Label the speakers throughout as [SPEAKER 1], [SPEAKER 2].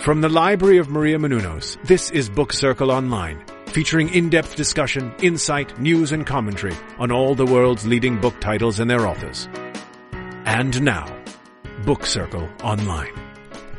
[SPEAKER 1] From the Library of Maria Menounos, this is Book Circle Online, featuring in-depth discussion, insight, news, and commentary on all the world's leading book titles and their authors. And now, Book Circle Online.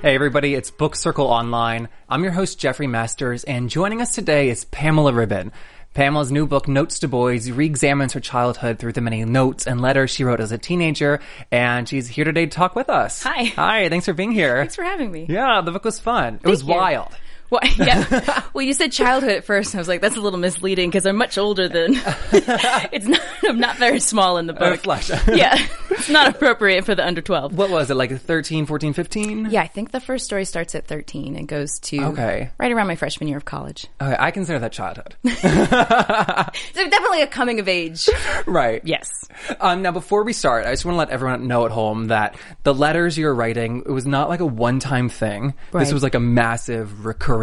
[SPEAKER 2] Hey everybody, it's Book Circle Online. I'm your host Jeffrey Masters, and joining us today is Pamela Ribbon. Pamela's new book, Notes to Boys, re-examines her childhood through the many notes and letters she wrote as a teenager, and she's here today to talk with us.
[SPEAKER 3] Hi.
[SPEAKER 2] Hi, thanks for being here.
[SPEAKER 3] Thanks for having me.
[SPEAKER 2] Yeah, the book was fun. it was
[SPEAKER 3] you.
[SPEAKER 2] wild.
[SPEAKER 3] Well, yeah. well, you said childhood at first. and I was like, that's a little misleading because I'm much older than. it's not. I'm not very small in the
[SPEAKER 2] Uh,
[SPEAKER 3] book.
[SPEAKER 2] flesh.
[SPEAKER 3] yeah, it's not appropriate for the under twelve.
[SPEAKER 2] what was it, like 13, 14, 15?
[SPEAKER 3] yeah, I think the first story starts at 13 and goes to
[SPEAKER 2] Okay. Uh,
[SPEAKER 3] right around my freshman year of college.
[SPEAKER 2] Okay, I consider that childhood.
[SPEAKER 3] So definitely a coming of age.
[SPEAKER 2] right.
[SPEAKER 3] yes.
[SPEAKER 2] Um, now, before we start, I just want to let everyone know at home that the letters you're writing, it was not like a one time thing. This
[SPEAKER 3] Right.
[SPEAKER 2] was like a massive, recurring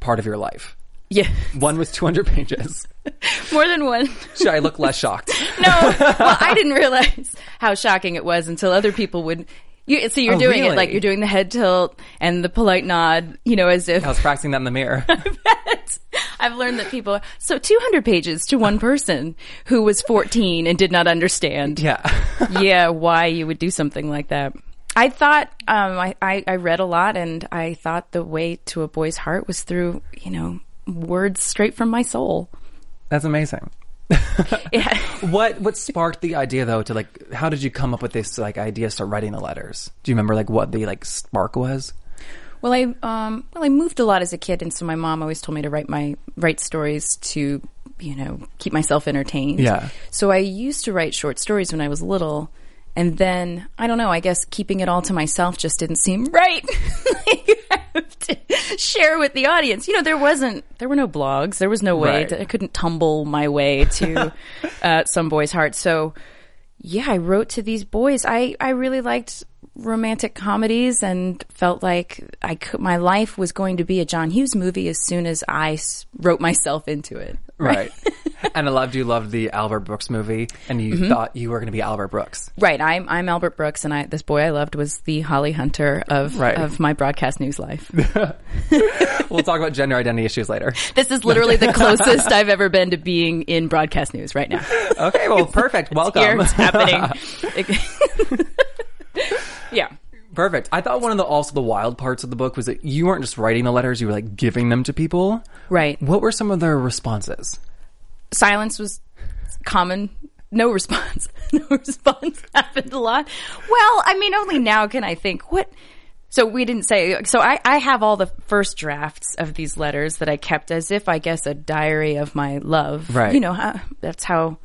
[SPEAKER 2] part of your life.
[SPEAKER 3] Yeah.
[SPEAKER 2] One was 200 pages.
[SPEAKER 3] More than one.
[SPEAKER 2] Should I look less shocked?
[SPEAKER 3] No. Well, I didn't realize how shocking it was until other people would. You, so you're
[SPEAKER 2] Oh,
[SPEAKER 3] doing
[SPEAKER 2] really?
[SPEAKER 3] it like you're doing the head tilt and the polite nod, you know, as if
[SPEAKER 2] I was practicing that in the mirror.
[SPEAKER 3] I've learned that people so 200 pages to one person who was 14 and did not understand.
[SPEAKER 2] Yeah.
[SPEAKER 3] yeah, why you would do something like that. I thought um, I, I I read a lot, and I thought the way to a boy's heart was through you know words straight from my soul.
[SPEAKER 2] That's amazing.
[SPEAKER 3] Yeah.
[SPEAKER 2] What what sparked the idea though to like how did you come up with this like idea to start writing the letters? Do you remember like what the like spark was?
[SPEAKER 3] Well, I um, well I moved a lot as a kid, and so my mom always told me to write my write stories to you know keep myself entertained.
[SPEAKER 2] Yeah.
[SPEAKER 3] So I used to write short stories when I was little, and then I don't know. I guess keeping it all to myself just didn't seem right. like, I have to share with the audience. You know, there wasn't there were no blogs. There was no way
[SPEAKER 2] Right.
[SPEAKER 3] to, I couldn't tumble my way to uh, some boy's heart. So yeah, I wrote to these boys. I, I really liked romantic comedies and felt like I could, my life was going to be a John Hughes movie as soon as I s- wrote myself into it.
[SPEAKER 2] Right. and I loved you loved the Albert Brooks movie and
[SPEAKER 3] Mm-hmm.
[SPEAKER 2] you thought you were going to be Albert Brooks.
[SPEAKER 3] Right, I'm I'm Albert Brooks, and I this boy I loved was the Holly Hunter of
[SPEAKER 2] Right.
[SPEAKER 3] of my broadcast news life.
[SPEAKER 2] We'll talk about gender identity issues later.
[SPEAKER 3] This is literally the closest I've ever been to being in broadcast news right now.
[SPEAKER 2] Okay, well, perfect.
[SPEAKER 3] Here
[SPEAKER 2] Welcome.
[SPEAKER 3] it's happening. yeah.
[SPEAKER 2] Perfect. I thought one of the also the wild parts of the book was that you weren't just writing the letters, you were like giving them to people.
[SPEAKER 3] Right.
[SPEAKER 2] What were some of their responses?
[SPEAKER 3] silence was common. No response. No response happened a lot. Well, I mean, only now can I think what. So we didn't say. So I, I have all the first drafts of these letters that I kept as if I guess a diary of my love.
[SPEAKER 2] Right.
[SPEAKER 3] You know how that's how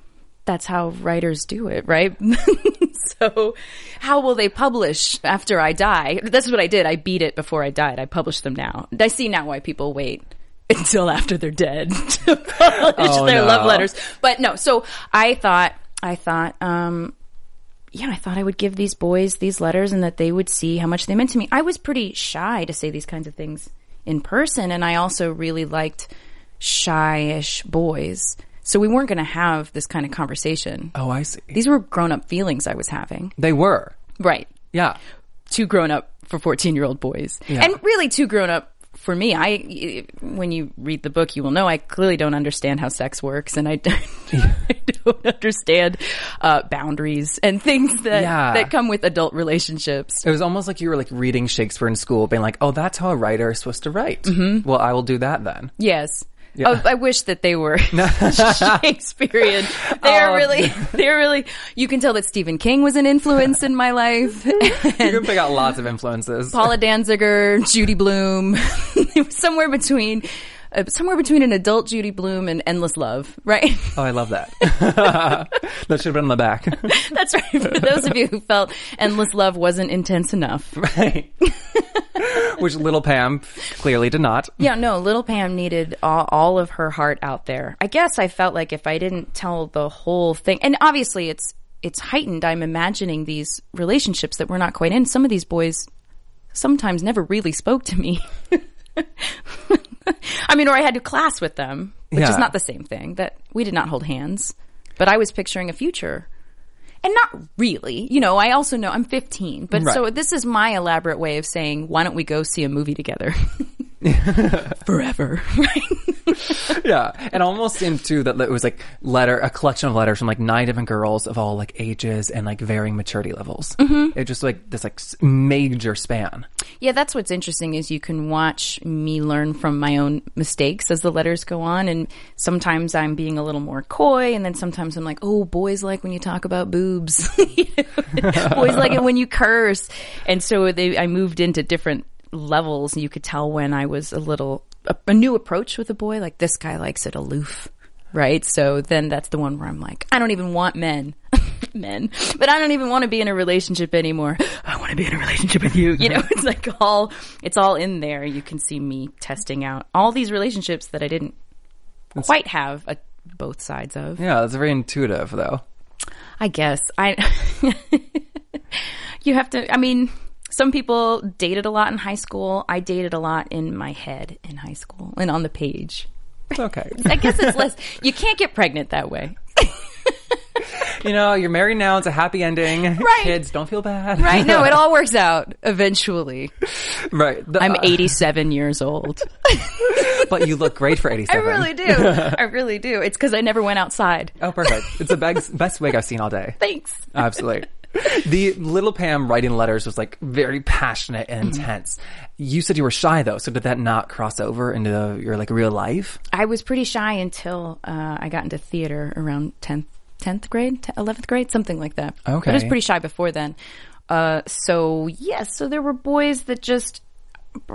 [SPEAKER 3] that's how writers do it, right? so how will they publish after I die? That's what I did. I beat it before I died. I published them now. I see now why people wait until after they're dead to publish
[SPEAKER 2] Oh,
[SPEAKER 3] their
[SPEAKER 2] no.
[SPEAKER 3] love letters. But no, so I thought I thought um yeah, I thought I would give these boys these letters and that they would see how much they meant to me. I was pretty shy to say these kinds of things in person, and I also really liked shyish boys. So we weren't going to have this kind of conversation.
[SPEAKER 2] Oh, I see.
[SPEAKER 3] These were grown up feelings I was having.
[SPEAKER 2] They were.
[SPEAKER 3] Right.
[SPEAKER 2] Yeah.
[SPEAKER 3] Too grown up for 14 year old boys. And really too grown up for me. I, when you read the book, you will know I clearly don't understand how sex works and I, I don't understand uh, boundaries and things that,
[SPEAKER 2] Yeah.
[SPEAKER 3] that come with adult relationships.
[SPEAKER 2] It was almost like you were like reading Shakespeare in school, being like, oh, that's how a writer is supposed to write. Well, I will do that then.
[SPEAKER 3] Yes. Oh, I wish that they were Shakespearean. They are
[SPEAKER 2] Oh.
[SPEAKER 3] really, they are really. You can tell that Stephen King was an influence in my life.
[SPEAKER 2] You can pick out lots of influences.
[SPEAKER 3] Paula Danziger, Judy Bloom, It was somewhere between, uh, somewhere between an adult Judy Bloom and Endless Love, right?
[SPEAKER 2] Oh, I love that. that should have been on the back.
[SPEAKER 3] That's right. For those of you who felt Endless Love wasn't intense enough,
[SPEAKER 2] Right. Which little Pam clearly did not.
[SPEAKER 3] yeah, no. Little Pam needed all, all of her heart out there. I guess I felt like if I didn't tell the whole thing, and obviously it's it's heightened. I'm imagining these relationships that we're not quite in. Some of these boys sometimes never really spoke to me. I mean, or I had to class with them, which
[SPEAKER 2] Yeah.
[SPEAKER 3] is not the same thing. That we did not hold hands, but I was picturing a future. and not really. You know, I also know I'm 15, but
[SPEAKER 2] Right.
[SPEAKER 3] so this is my elaborate way of saying, why don't we go see a movie together? Forever.
[SPEAKER 2] yeah, and almost into that it was like letter a collection of letters from like nine different girls of all like ages and like varying maturity levels. Mm-hmm. It just like this like s- major span.
[SPEAKER 3] Yeah, that's what's interesting is you can watch me learn from my own mistakes as the letters go on and sometimes I'm being a little more coy and then sometimes I'm like, "Oh, boys like when you talk about boobs." You know? boys like it when you curse. And so they I moved into different levels and you could tell when I was a little a, a new approach with a boy like this guy likes it aloof. Right? So then that's the one where I'm like, I don't even want men. men. But I don't even want to be in a relationship anymore. I want to be in a relationship with you. You know, it's like all it's all in there. You can see me testing out all these relationships that I didn't quite have a, both sides of.
[SPEAKER 2] Yeah, that's very intuitive though.
[SPEAKER 3] I guess I. you have to. I mean, some people dated a lot in high school. I dated a lot in my head in high school and on the page.
[SPEAKER 2] It's okay.
[SPEAKER 3] I guess it's less. You can't get pregnant that way.
[SPEAKER 2] you know, you're married now. It's a happy ending.
[SPEAKER 3] Right.
[SPEAKER 2] Kids, don't feel bad.
[SPEAKER 3] Right? No, it all works out eventually.
[SPEAKER 2] right. The-
[SPEAKER 3] I'm
[SPEAKER 2] uh,
[SPEAKER 3] 87 years old.
[SPEAKER 2] but you look great for
[SPEAKER 3] I
[SPEAKER 2] 87.
[SPEAKER 3] really do. I really do. It's because I never went outside.
[SPEAKER 2] Oh, perfect. It's the best, best wig I've seen all day.
[SPEAKER 3] Thanks.
[SPEAKER 2] Absolutely. The little Pam writing letters was like very passionate and
[SPEAKER 3] Mm-hmm.
[SPEAKER 2] intense. You said you were shy though, so did that not cross over into the, your like real life?
[SPEAKER 3] I was pretty shy until uh, I got into theater around 10th, 10th grade, t- 11th grade, something like that. But I was
[SPEAKER 2] Okay.
[SPEAKER 3] pretty shy before then. Uh, so, yes, so there were boys that just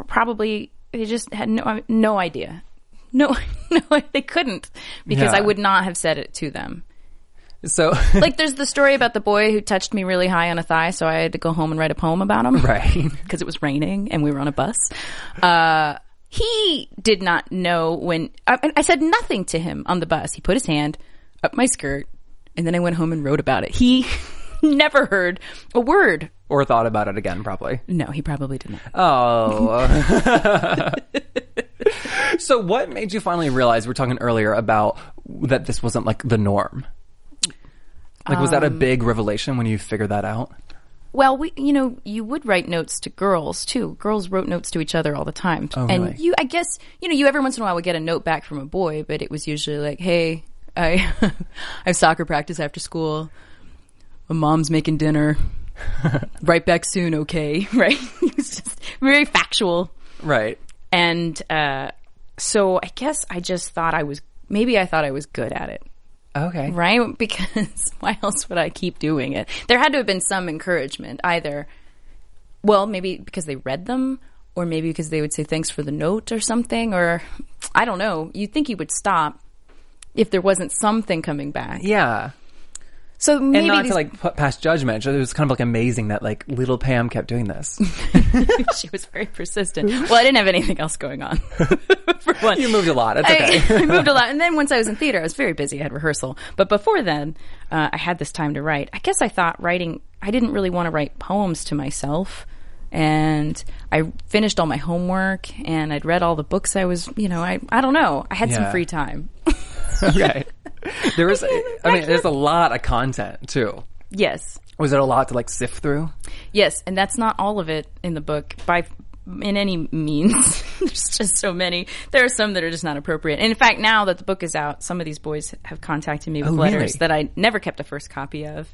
[SPEAKER 3] probably, they just had no, no idea. No, no, they couldn't because
[SPEAKER 2] Yeah.
[SPEAKER 3] I would not have said it to them.
[SPEAKER 2] So,
[SPEAKER 3] Like, there's the story about the boy who touched me really high on a thigh, so I had to go home and write a poem about him.
[SPEAKER 2] right.
[SPEAKER 3] because it was raining and we were on a bus. Uh, he did not know when I, and I said nothing to him on the bus. He put his hand up my skirt and then I went home and wrote about it. He never heard a word.
[SPEAKER 2] Or thought about it again, probably.
[SPEAKER 3] No, he probably didn't.
[SPEAKER 2] Oh. so what made you finally realize we were talking earlier about that this wasn't like the norm? Like was
[SPEAKER 3] Um,
[SPEAKER 2] that a big revelation when you figured that out?
[SPEAKER 3] Well, we, you know, you would write notes to girls too. Girls wrote notes to each other all the time,
[SPEAKER 2] really?
[SPEAKER 3] and you, I guess, you know, you every once in a while would get a note back from a boy, but it was usually like, "Hey, I, I have soccer practice after school. My mom's making dinner. right back soon, okay?" Right? it was just very factual,
[SPEAKER 2] Right.
[SPEAKER 3] and uh, so I guess I just thought I was maybe I thought I was good at it
[SPEAKER 2] Okay.
[SPEAKER 3] right? Because why else would I keep doing it? There had to have been some encouragement, either, well, maybe because they read them, or maybe because they would say thanks for the note or something, or I don't know. You'd think you would stop if there wasn't something coming back.
[SPEAKER 2] Yeah.
[SPEAKER 3] So
[SPEAKER 2] and
[SPEAKER 3] maybe
[SPEAKER 2] not
[SPEAKER 3] these-
[SPEAKER 2] to like put past judgment. It was kind of like amazing that like little Pam kept doing this.
[SPEAKER 3] she was very persistent. Well, I didn't have anything else going on. for one.
[SPEAKER 2] You moved a lot. It's okay.
[SPEAKER 3] I, I moved a lot. And then once I was in theater, I was very busy. I had rehearsal. But before then, uh, I had this time to write. I guess I thought writing, I didn't really want to write poems to myself. And I finished all my homework and I'd read all the books I was, you know, I, I don't know. I had
[SPEAKER 2] Yeah.
[SPEAKER 3] some free time.
[SPEAKER 2] okay. There was, I mean, there's a lot of content too.
[SPEAKER 3] yes.
[SPEAKER 2] Was there a lot to like sift through?
[SPEAKER 3] Yes, and that's not all of it in the book by in any means. There's just so many. There are some that are just not appropriate. And in fact, now that the book is out, some of these boys have contacted me with
[SPEAKER 2] Oh, really?
[SPEAKER 3] letters that I never kept a first copy of.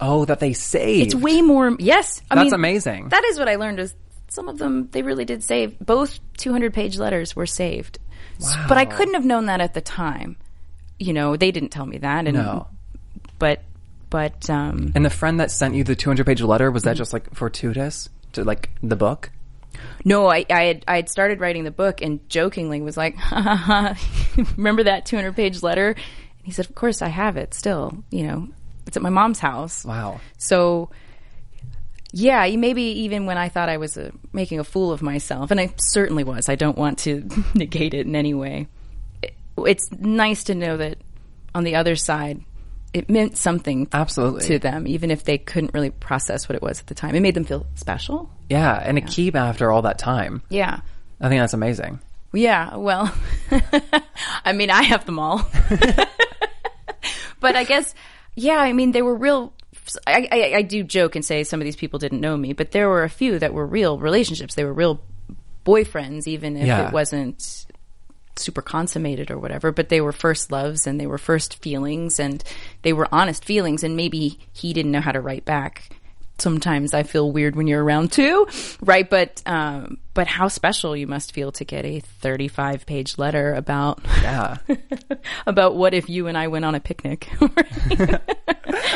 [SPEAKER 2] Oh, that they saved.
[SPEAKER 3] It's way more. Yes, I
[SPEAKER 2] That's
[SPEAKER 3] mean,
[SPEAKER 2] amazing.
[SPEAKER 3] That is what I learned. Is some of them they really did save. Both 200 page letters were saved, S- but I
[SPEAKER 2] Wow.
[SPEAKER 3] couldn't have known that at the time. You know, they didn't tell me that. And,
[SPEAKER 2] no.
[SPEAKER 3] but but um,
[SPEAKER 2] And the friend that sent you the 200 page letter,
[SPEAKER 3] Mm-hmm.
[SPEAKER 2] was that just like fortuitous to like the book?
[SPEAKER 3] No, I, I had I had started writing the book and jokingly was like, ha, ha, ha. remember that 200 page letter? And he said, of course I have it still. You know, it's at my mom's house.
[SPEAKER 2] Wow.
[SPEAKER 3] So, yeah, you- maybe even when I thought I was uh, making a fool of myself, and I certainly was. I don't want to negate it in any way. It, it's nice to know that on the other side, it meant something
[SPEAKER 2] Absolutely.
[SPEAKER 3] to them, even if they couldn't really process what it was at the time. It made them feel special.
[SPEAKER 2] Yeah. And a keep after all that time.
[SPEAKER 3] Yeah.
[SPEAKER 2] I think that's amazing.
[SPEAKER 3] Yeah, well, I mean, I have them all. but I guess, yeah, I mean, they were real I, I, I do joke and say some of these people didn't know me, but there were a few that were real relationships. They were real boyfriends, even if
[SPEAKER 2] Yeah.
[SPEAKER 3] it wasn't super consummated or whatever. But they were first loves and they were first feelings and they were honest feelings. And maybe he didn't know how to write back. Sometimes I feel weird when you're around too, right? But um, but how special you must feel to get a 35 page letter about
[SPEAKER 2] Yeah.
[SPEAKER 3] about what if you and I went on a picnic.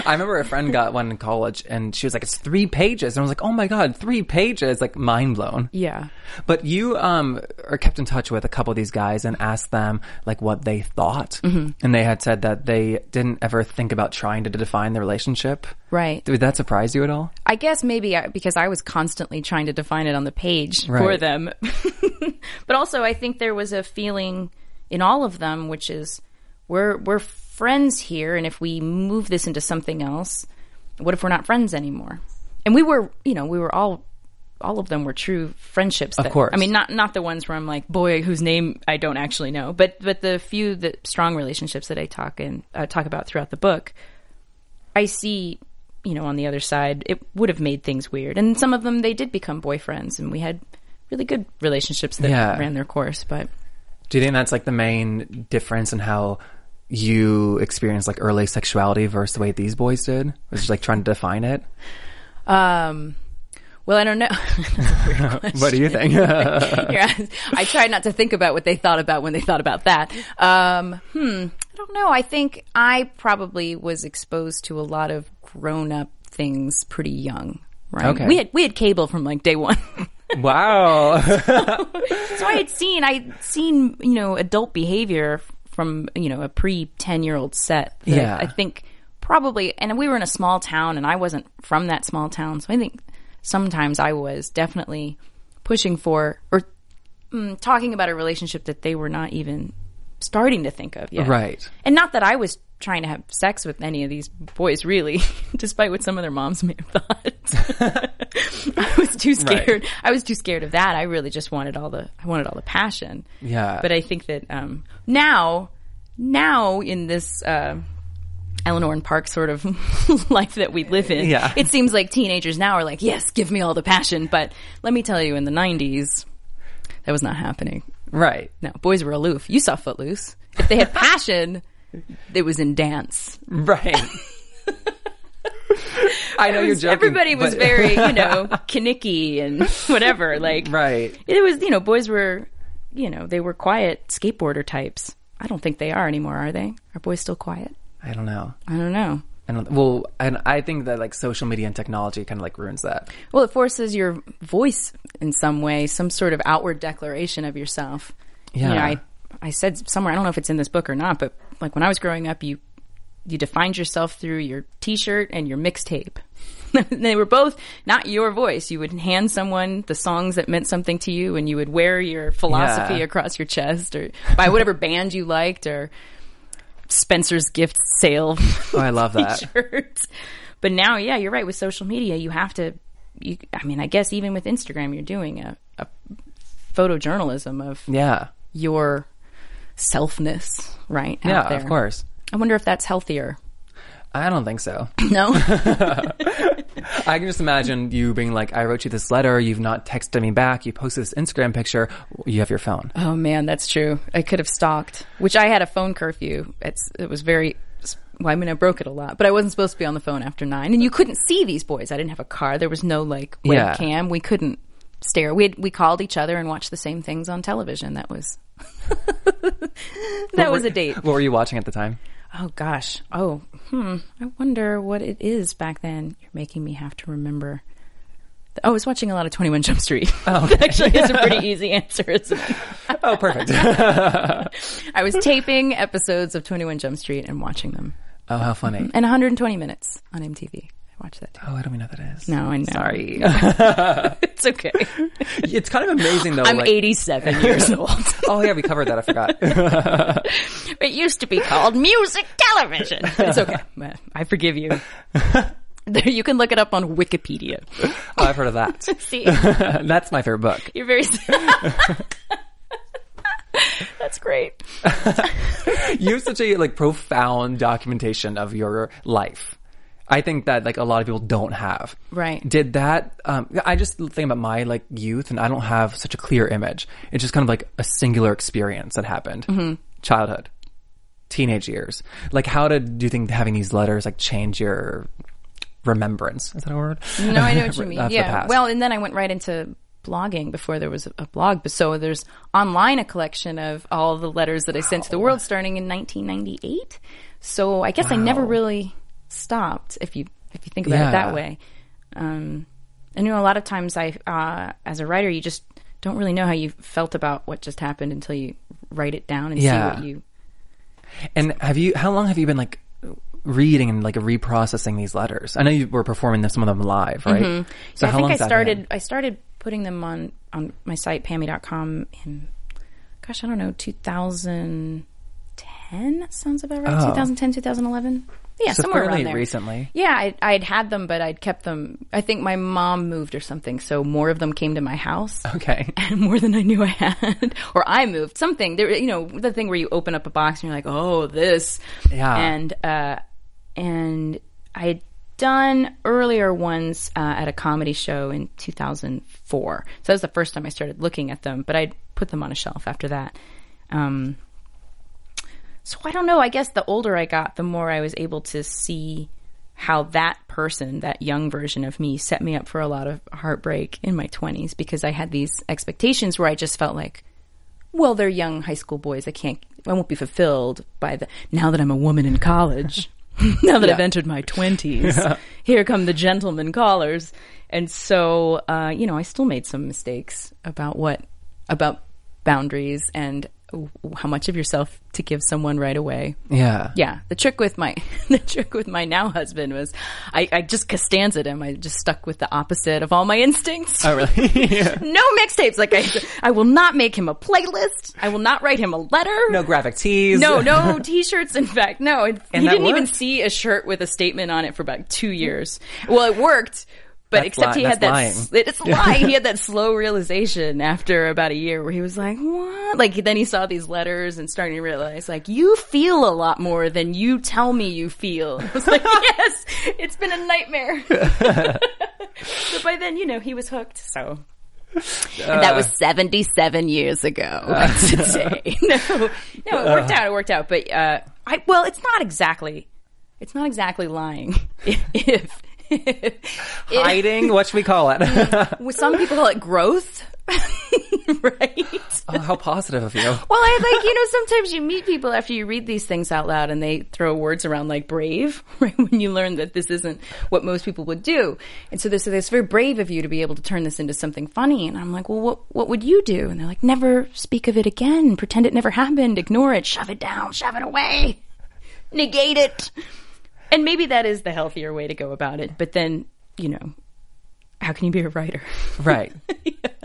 [SPEAKER 2] I remember a friend got one in college and she was like, it's three pages. And I was like, oh my God, three pages. Like mind blown.
[SPEAKER 3] yeah.
[SPEAKER 2] But you um, are kept in touch with a couple of these guys and asked them like what they thought,
[SPEAKER 3] Mm-hmm.
[SPEAKER 2] and they had said that they didn't ever think about trying to define the relationship.
[SPEAKER 3] Right.
[SPEAKER 2] Did that surprise you at all?
[SPEAKER 3] I guess maybe I, because I was constantly trying to define it on the page for
[SPEAKER 2] Right.
[SPEAKER 3] them. but also, I think there was a feeling in all of them, which is we're we're friends here, and if we move this into something else, what if we're not friends anymore? And we were, you know, we were all. All of them were true friendships. That,
[SPEAKER 2] course.
[SPEAKER 3] I mean, not not the ones where I'm like, boy, whose name I don't actually know, but but the few that strong relationships that I talk and uh, talk about throughout the book, I see, you know, on the other side, it would have made things weird. And some of them, they did become boyfriends, and we had really good relationships that
[SPEAKER 2] Yeah.
[SPEAKER 3] ran their course. But
[SPEAKER 2] Do you think that's like the main difference in how you experienced like early sexuality versus the way these boys did? Was just like trying to define it.
[SPEAKER 3] Um, well, I don't know.
[SPEAKER 2] What do you think?
[SPEAKER 3] Here, I- I tried not to think about what they thought about when they thought about that. Um, hmm. I don't know. I think I probably was exposed to a lot of grown up things pretty young. Right.
[SPEAKER 2] Okay.
[SPEAKER 3] We had we had cable from like day one.
[SPEAKER 2] wow.
[SPEAKER 3] so I had seen I'd seen you know adult behavior from you know a pre ten year old set. that
[SPEAKER 2] Yeah.
[SPEAKER 3] I think probably, and we were in a small town, and I wasn't from that small town, so I think sometimes I was definitely pushing for or mm, talking about a relationship that they were not even starting to think of yet.
[SPEAKER 2] Right.
[SPEAKER 3] And not that I was trying to have sex with any of these boys, really, despite what some of their moms may have thought. I was too scared. I was too scared of that. I really just wanted all the I wanted all the passion.
[SPEAKER 2] Yeah.
[SPEAKER 3] But I think that um, now, now in this uh, Eleanor and Park sort of life that we live in,
[SPEAKER 2] Yeah.
[SPEAKER 3] it seems like teenagers now are like, yes, give me all the passion. But let me tell you, in the '90s, that was not happening.
[SPEAKER 2] Right.
[SPEAKER 3] No, boys were aloof. You saw Footloose. If they had passion, it was in dance.
[SPEAKER 2] Right. I know you're joking.
[SPEAKER 3] Everybody was
[SPEAKER 2] but-
[SPEAKER 3] very, you know, knicky and whatever. Like,
[SPEAKER 2] Right.
[SPEAKER 3] It was, you know, boys were, you know, they were quiet skateboarder types. I don't think they are anymore, are they? Are boys still quiet?
[SPEAKER 2] I don't know.
[SPEAKER 3] I don't know.
[SPEAKER 2] I don't, well, and I think that like social media and technology kind of like ruins that.
[SPEAKER 3] Well, it forces your voice in some way, some sort of outward declaration of yourself. You know,
[SPEAKER 2] Yeah.
[SPEAKER 3] I, I said somewhere, I don't know if it's in this book or not, but like when I was growing up, you, you defined yourself through your t-shirt and your mixtape. they were both not your voice. You would hand someone the songs that meant something to you and you would wear your philosophy
[SPEAKER 2] Yeah.
[SPEAKER 3] across your chest or by whatever band you liked or Spencer's gift sale
[SPEAKER 2] Oh, I love that.
[SPEAKER 3] t-shirts. But now, yeah, you're right. With social media, you have to. You, I mean, I guess even with Instagram, you're doing a, a photojournalism of
[SPEAKER 2] Yeah.
[SPEAKER 3] your selfness, right? out
[SPEAKER 2] Yeah,
[SPEAKER 3] there.
[SPEAKER 2] of course.
[SPEAKER 3] I wonder if that's healthier.
[SPEAKER 2] I don't think so.
[SPEAKER 3] No,
[SPEAKER 2] I can just imagine you being like, I wrote you this letter, you've not texted me back, you posted this Instagram picture, you have your phone.
[SPEAKER 3] Oh man, that's true. I could have stalked, which I had a phone curfew. It's it was very. Well, I mean, I broke it a lot, but I wasn't supposed to be on the phone after nine, and you couldn't see these boys. I didn't have a car. There was no like
[SPEAKER 2] Yeah.
[SPEAKER 3] webcam. We couldn't stare. We had, we called each other and watched the same things on television. That was that was a date.
[SPEAKER 2] What were you watching at the time?
[SPEAKER 3] Oh gosh. Oh, hmm. I wonder what it is back then. You're making me have to remember. Oh, I was watching a lot of Twenty One Jump Street. Oh, actually, it's a pretty easy answer, isn't it?
[SPEAKER 2] Oh, perfect.
[SPEAKER 3] I was taping episodes of 21 Jump Street and watching them.
[SPEAKER 2] oh, how funny.
[SPEAKER 3] And 120 minutes on MTV. I watched that too.
[SPEAKER 2] Oh, I don't even know what that is.
[SPEAKER 3] No, I know.
[SPEAKER 2] Sorry.
[SPEAKER 3] It's okay.
[SPEAKER 2] it's kind of amazing though.
[SPEAKER 3] I'm
[SPEAKER 2] like,
[SPEAKER 3] 87 years old.
[SPEAKER 2] Oh yeah, we covered that. I forgot.
[SPEAKER 3] It used to be called music television. It's okay. I forgive you. There, You can look it up on Wikipedia.
[SPEAKER 2] Oh, I've heard of that.
[SPEAKER 3] See,
[SPEAKER 2] That's my favorite book.
[SPEAKER 3] you're very. That's great.
[SPEAKER 2] You have such a like profound documentation of your life. I think that like a lot of people don't have.
[SPEAKER 3] Right.
[SPEAKER 2] Did that? Um, I just think about my like youth, and I don't have such a clear image. It's just kind of like a singular experience that happened.
[SPEAKER 3] Mm-hmm.
[SPEAKER 2] Childhood, teenage years. Like, how did do you think having these letters like change your remembrance? Is that a word?
[SPEAKER 3] No, I know what you mean.
[SPEAKER 2] Of the
[SPEAKER 3] yeah.
[SPEAKER 2] past.
[SPEAKER 3] Well, and then I went right into blogging before there was a blog. But so there's online a collection of all the letters that I sent to the world starting in 1998. So I guess I never
[SPEAKER 2] Wow.
[SPEAKER 3] really stopped. If you if you think about it
[SPEAKER 2] Yeah.
[SPEAKER 3] that way, um, I know a lot of times I uh, as a writer you just don't really know how you felt about what just happened until you write it down and
[SPEAKER 2] Yeah.
[SPEAKER 3] see what you.
[SPEAKER 2] And have you? How long have you been like reading and like reprocessing these letters? I know you were performing them, some of them live, right? So
[SPEAKER 3] Mm-hmm.
[SPEAKER 2] how
[SPEAKER 3] Yeah, I think
[SPEAKER 2] long's
[SPEAKER 3] I
[SPEAKER 2] that
[SPEAKER 3] started
[SPEAKER 2] been?
[SPEAKER 3] I started putting them on on my site pammy.com in gosh, I don't know, 2010 that sounds about right.
[SPEAKER 2] Oh.
[SPEAKER 3] 2010, 2011. Yeah,
[SPEAKER 2] So
[SPEAKER 3] somewhere
[SPEAKER 2] fairly
[SPEAKER 3] around there.
[SPEAKER 2] recently.
[SPEAKER 3] Yeah, I, I'd had them, but I'd kept them. I think my mom moved or something, so more of them came to my house,
[SPEAKER 2] Okay.
[SPEAKER 3] and more than I knew I had. or I moved something. There, you know, the thing where you open up a box and you're like, "Oh, this."
[SPEAKER 2] Yeah.
[SPEAKER 3] And uh, and I had done earlier ones uh, at a comedy show in 2004. So that was the first time I started looking at them, but I'd put them on a shelf after that. Um, so I don't know. I guess the older I got, the more I was able to see how that person, that young version of me, set me up for a lot of heartbreak in my 20s because I had these expectations where I just felt like, well, they're young high school boys. I can't, I won't be fulfilled by the, now that I'm a woman in college, now that I've entered my 20s, here come the gentleman callers. And so, uh, you know, I still made some mistakes about what, about boundaries and w- how much of yourself to give someone right away.
[SPEAKER 2] Yeah.
[SPEAKER 3] Yeah, the trick with my the trick with my now husband was I, I just Costanza'd him. I just stuck with the opposite of all my instincts.
[SPEAKER 2] Oh, really? Yeah.
[SPEAKER 3] no mixtapes. Like I, I will not make him a playlist. I will not write him a letter.
[SPEAKER 2] No graphic tees.
[SPEAKER 3] No, no t-shirts. In fact, no. It,
[SPEAKER 2] And
[SPEAKER 3] he
[SPEAKER 2] that
[SPEAKER 3] didn't even
[SPEAKER 2] worked?
[SPEAKER 3] see a shirt with a statement on it for about two years. Well, it worked, but
[SPEAKER 2] That's
[SPEAKER 3] except
[SPEAKER 2] li-
[SPEAKER 3] he had that.
[SPEAKER 2] that's
[SPEAKER 3] s- It's a lie. he had that slow realization after about a year where he was like, "What?" Like then he saw these letters and starting to realize, like, you feel a lot more than you tell me you feel. I was like, yes, it's been a nightmare. but by then, you know, he was hooked. So. And
[SPEAKER 2] Uh.
[SPEAKER 3] that was 77 years ago today. no, no, it
[SPEAKER 2] Uh.
[SPEAKER 3] worked out. It worked out. But, uh, I, well, it's not exactly, it's not exactly lying. If, if, if
[SPEAKER 2] Hiding. What should we call it?
[SPEAKER 3] well, some people call it growth, right?
[SPEAKER 2] oh, how positive of you.
[SPEAKER 3] Well, I like, you know, sometimes you meet people after you read these things out loud and they throw words around like brave, right? When you learn that this isn't what most people would do. And so this, so it's very brave of you to be able to turn this into something funny. And I'm like, well, what, what would you do? And they're like, never speak of it again. Pretend it never happened. Ignore it. Shove it down. Shove it away. Negate it. And maybe that is the healthier way to go about it. But then, you know, how can you be a writer?
[SPEAKER 2] Right.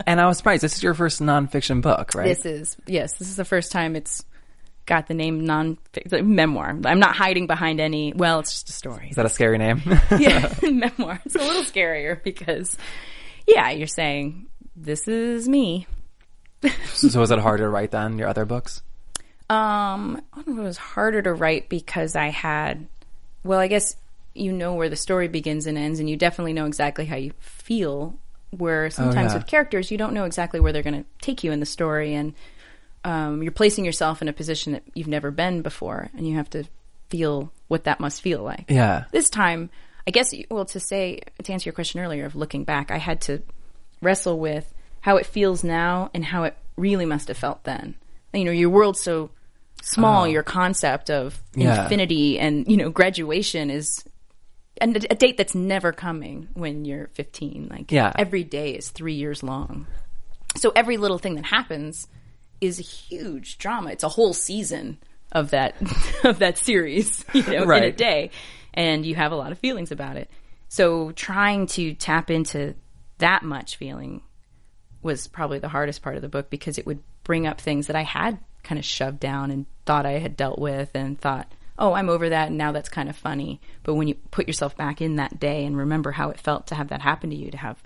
[SPEAKER 2] And I was surprised. This is your first nonfiction book, right?
[SPEAKER 3] This is yes. This is the first time it's got the name non the memoir. I'm not hiding behind any. Well, it's just a story.
[SPEAKER 2] Is that a scary name?
[SPEAKER 3] yeah, memoir. It's a little scarier because, yeah, you're saying this is me.
[SPEAKER 2] so was it harder to write than your other books?
[SPEAKER 3] Um, I don't know. It was harder to write because I had. Well, I guess you know where the story begins and ends, and you definitely know exactly how you feel. Where sometimes
[SPEAKER 2] yeah.
[SPEAKER 3] with characters, you don't know exactly where they're going to take you in the story, and um, you're placing yourself in a position that you've never been before, and you have to feel what that must feel like.
[SPEAKER 2] Yeah.
[SPEAKER 3] This time, I guess, well, to say, to answer your question earlier of looking back, I had to wrestle with how it feels now and how it really must have felt then. You know, your world's so small, your concept of
[SPEAKER 2] Oh. Yeah.
[SPEAKER 3] infinity and, you know, graduation is and a a date that's never coming when you're 15. Like,
[SPEAKER 2] Yeah.
[SPEAKER 3] every day is three years long. So every little thing that happens is a huge drama. It's a whole season of that of that series, you know, in a
[SPEAKER 2] Right.
[SPEAKER 3] day, and you have a lot of feelings about it. So trying to tap into that much feeling was probably the hardest part of the book because it would bring up things that I had kind of shoved down and thought I had dealt with and thought, "Oh, I'm over that and now that's kind of funny." But when you put yourself back in that day and remember how it felt to have that happen to you, to have,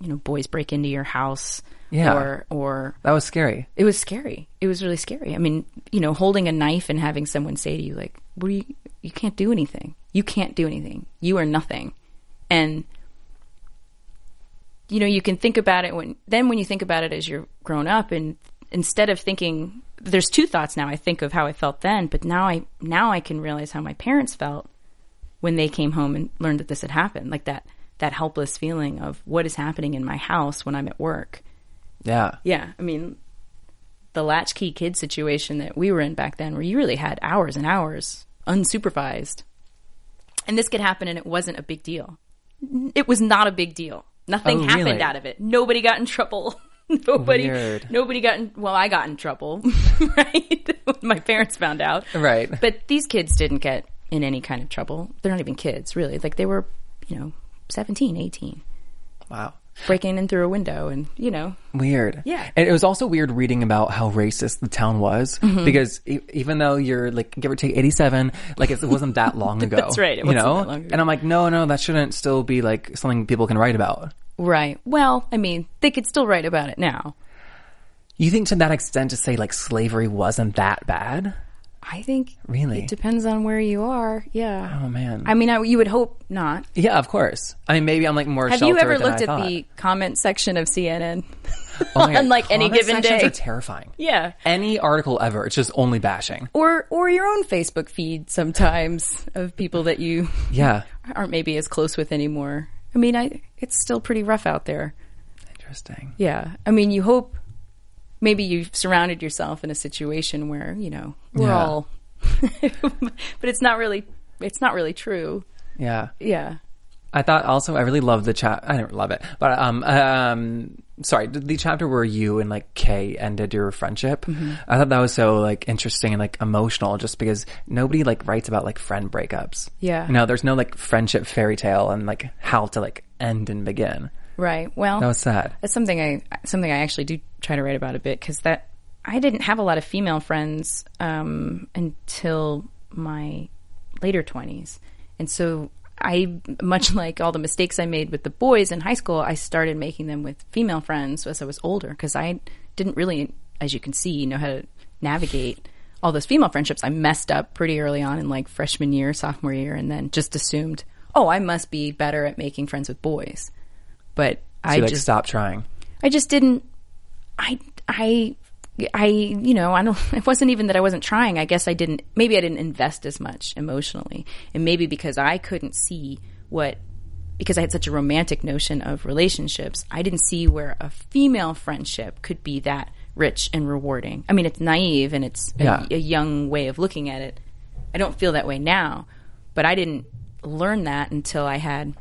[SPEAKER 3] you know, boys break into your house
[SPEAKER 2] Yeah.
[SPEAKER 3] or or
[SPEAKER 2] That was scary.
[SPEAKER 3] it was scary. It was really scary. I mean, you know, holding a knife and having someone say to you like, "What do you? You can't do anything. You can't do anything. You are nothing. And you know, you can think about it when then when you think about it as you're grown up and instead of thinking there's two thoughts now. I think of how I felt then, but now I now I can realize how my parents felt when they came home and learned that this had happened. Like that that helpless feeling of what is happening in my house when I'm at work.
[SPEAKER 2] Yeah.
[SPEAKER 3] Yeah, I mean, the latchkey kid situation that we were in back then, where you really had hours and hours unsupervised, and this could happen, and it wasn't a big deal. It was not a big deal. Nothing
[SPEAKER 2] Oh,
[SPEAKER 3] happened
[SPEAKER 2] really?
[SPEAKER 3] out of it. Nobody got in trouble. nobody,
[SPEAKER 2] Weird.
[SPEAKER 3] nobody got in. Well, I got in trouble, right? when my parents found out,
[SPEAKER 2] Right.
[SPEAKER 3] But these kids didn't get in any kind of trouble. They're not even kids, really. Like they were, you know, 17, 18,
[SPEAKER 2] Wow.
[SPEAKER 3] breaking in through a window, and you know,
[SPEAKER 2] Weird.
[SPEAKER 3] Yeah.
[SPEAKER 2] And it was also weird reading about how racist the town was
[SPEAKER 3] Mm-hmm.
[SPEAKER 2] because e- even though you're like give or take 87, like it, it wasn't that long ago.
[SPEAKER 3] That's right, it
[SPEAKER 2] you
[SPEAKER 3] wasn't
[SPEAKER 2] know?
[SPEAKER 3] that long ago.
[SPEAKER 2] And I'm like, no, no, that shouldn't still be like something people can write about.
[SPEAKER 3] Right. Well, I mean, they could still write about it now.
[SPEAKER 2] You think to that extent to say like slavery wasn't that bad?
[SPEAKER 3] I think
[SPEAKER 2] Really?
[SPEAKER 3] it depends on where you are. Yeah.
[SPEAKER 2] Oh man.
[SPEAKER 3] I mean, I, you would hope not.
[SPEAKER 2] yeah, of course. I mean, maybe I'm like more.
[SPEAKER 3] Have you
[SPEAKER 2] sheltered
[SPEAKER 3] ever
[SPEAKER 2] than
[SPEAKER 3] looked
[SPEAKER 2] I
[SPEAKER 3] at
[SPEAKER 2] thought.
[SPEAKER 3] the comment section of CNN
[SPEAKER 2] Oh my God,
[SPEAKER 3] on like any
[SPEAKER 2] comment
[SPEAKER 3] given
[SPEAKER 2] sections
[SPEAKER 3] day?
[SPEAKER 2] Are terrifying.
[SPEAKER 3] yeah.
[SPEAKER 2] Any article ever, it's just only bashing.
[SPEAKER 3] Or or your own Facebook feed sometimes of people that you
[SPEAKER 2] Yeah.
[SPEAKER 3] aren't maybe as close with anymore. I mean, I it's still pretty rough out there.
[SPEAKER 2] Interesting.
[SPEAKER 3] Yeah. I mean, you hope maybe you've surrounded yourself in a situation where, you know, we're
[SPEAKER 2] Yeah.
[SPEAKER 3] all but it's not really it's not really true.
[SPEAKER 2] Yeah.
[SPEAKER 3] Yeah.
[SPEAKER 2] I thought also I really loved the chat. I didn't love it, but um, um, sorry, the- the chapter where you and like Kay ended your friendship.
[SPEAKER 3] Mm-hmm.
[SPEAKER 2] I thought that was so like interesting and like emotional, just because nobody like writes about like friend breakups.
[SPEAKER 3] Yeah.
[SPEAKER 2] you know, there's no like friendship fairy tale and like how to like end and begin.
[SPEAKER 3] Right. Well,
[SPEAKER 2] That was sad.
[SPEAKER 3] that's something I something I actually do try to write about a bit because that I didn't have a lot of female friends um, until my later twenties, and so I much like all the mistakes I made with the boys in high school, I started making them with female friends as I was older because I didn't really, as you can see, know how to navigate all those female friendships. I messed up pretty early on in like freshman year, sophomore year, and then just assumed, oh, I must be better at making friends with boys. But I
[SPEAKER 2] You like
[SPEAKER 3] just
[SPEAKER 2] stop trying.
[SPEAKER 3] I just didn't. I I I you know I don't. It wasn't even that I wasn't trying. I guess I didn't. Maybe I didn't invest as much emotionally, and maybe because I couldn't see what because I had such a romantic notion of relationships, I didn't see where a female friendship could be that rich and rewarding. I mean, it's naive and it's a-
[SPEAKER 2] Yeah.
[SPEAKER 3] a young way of looking at it. I don't feel that way now, but I didn't learn that until I had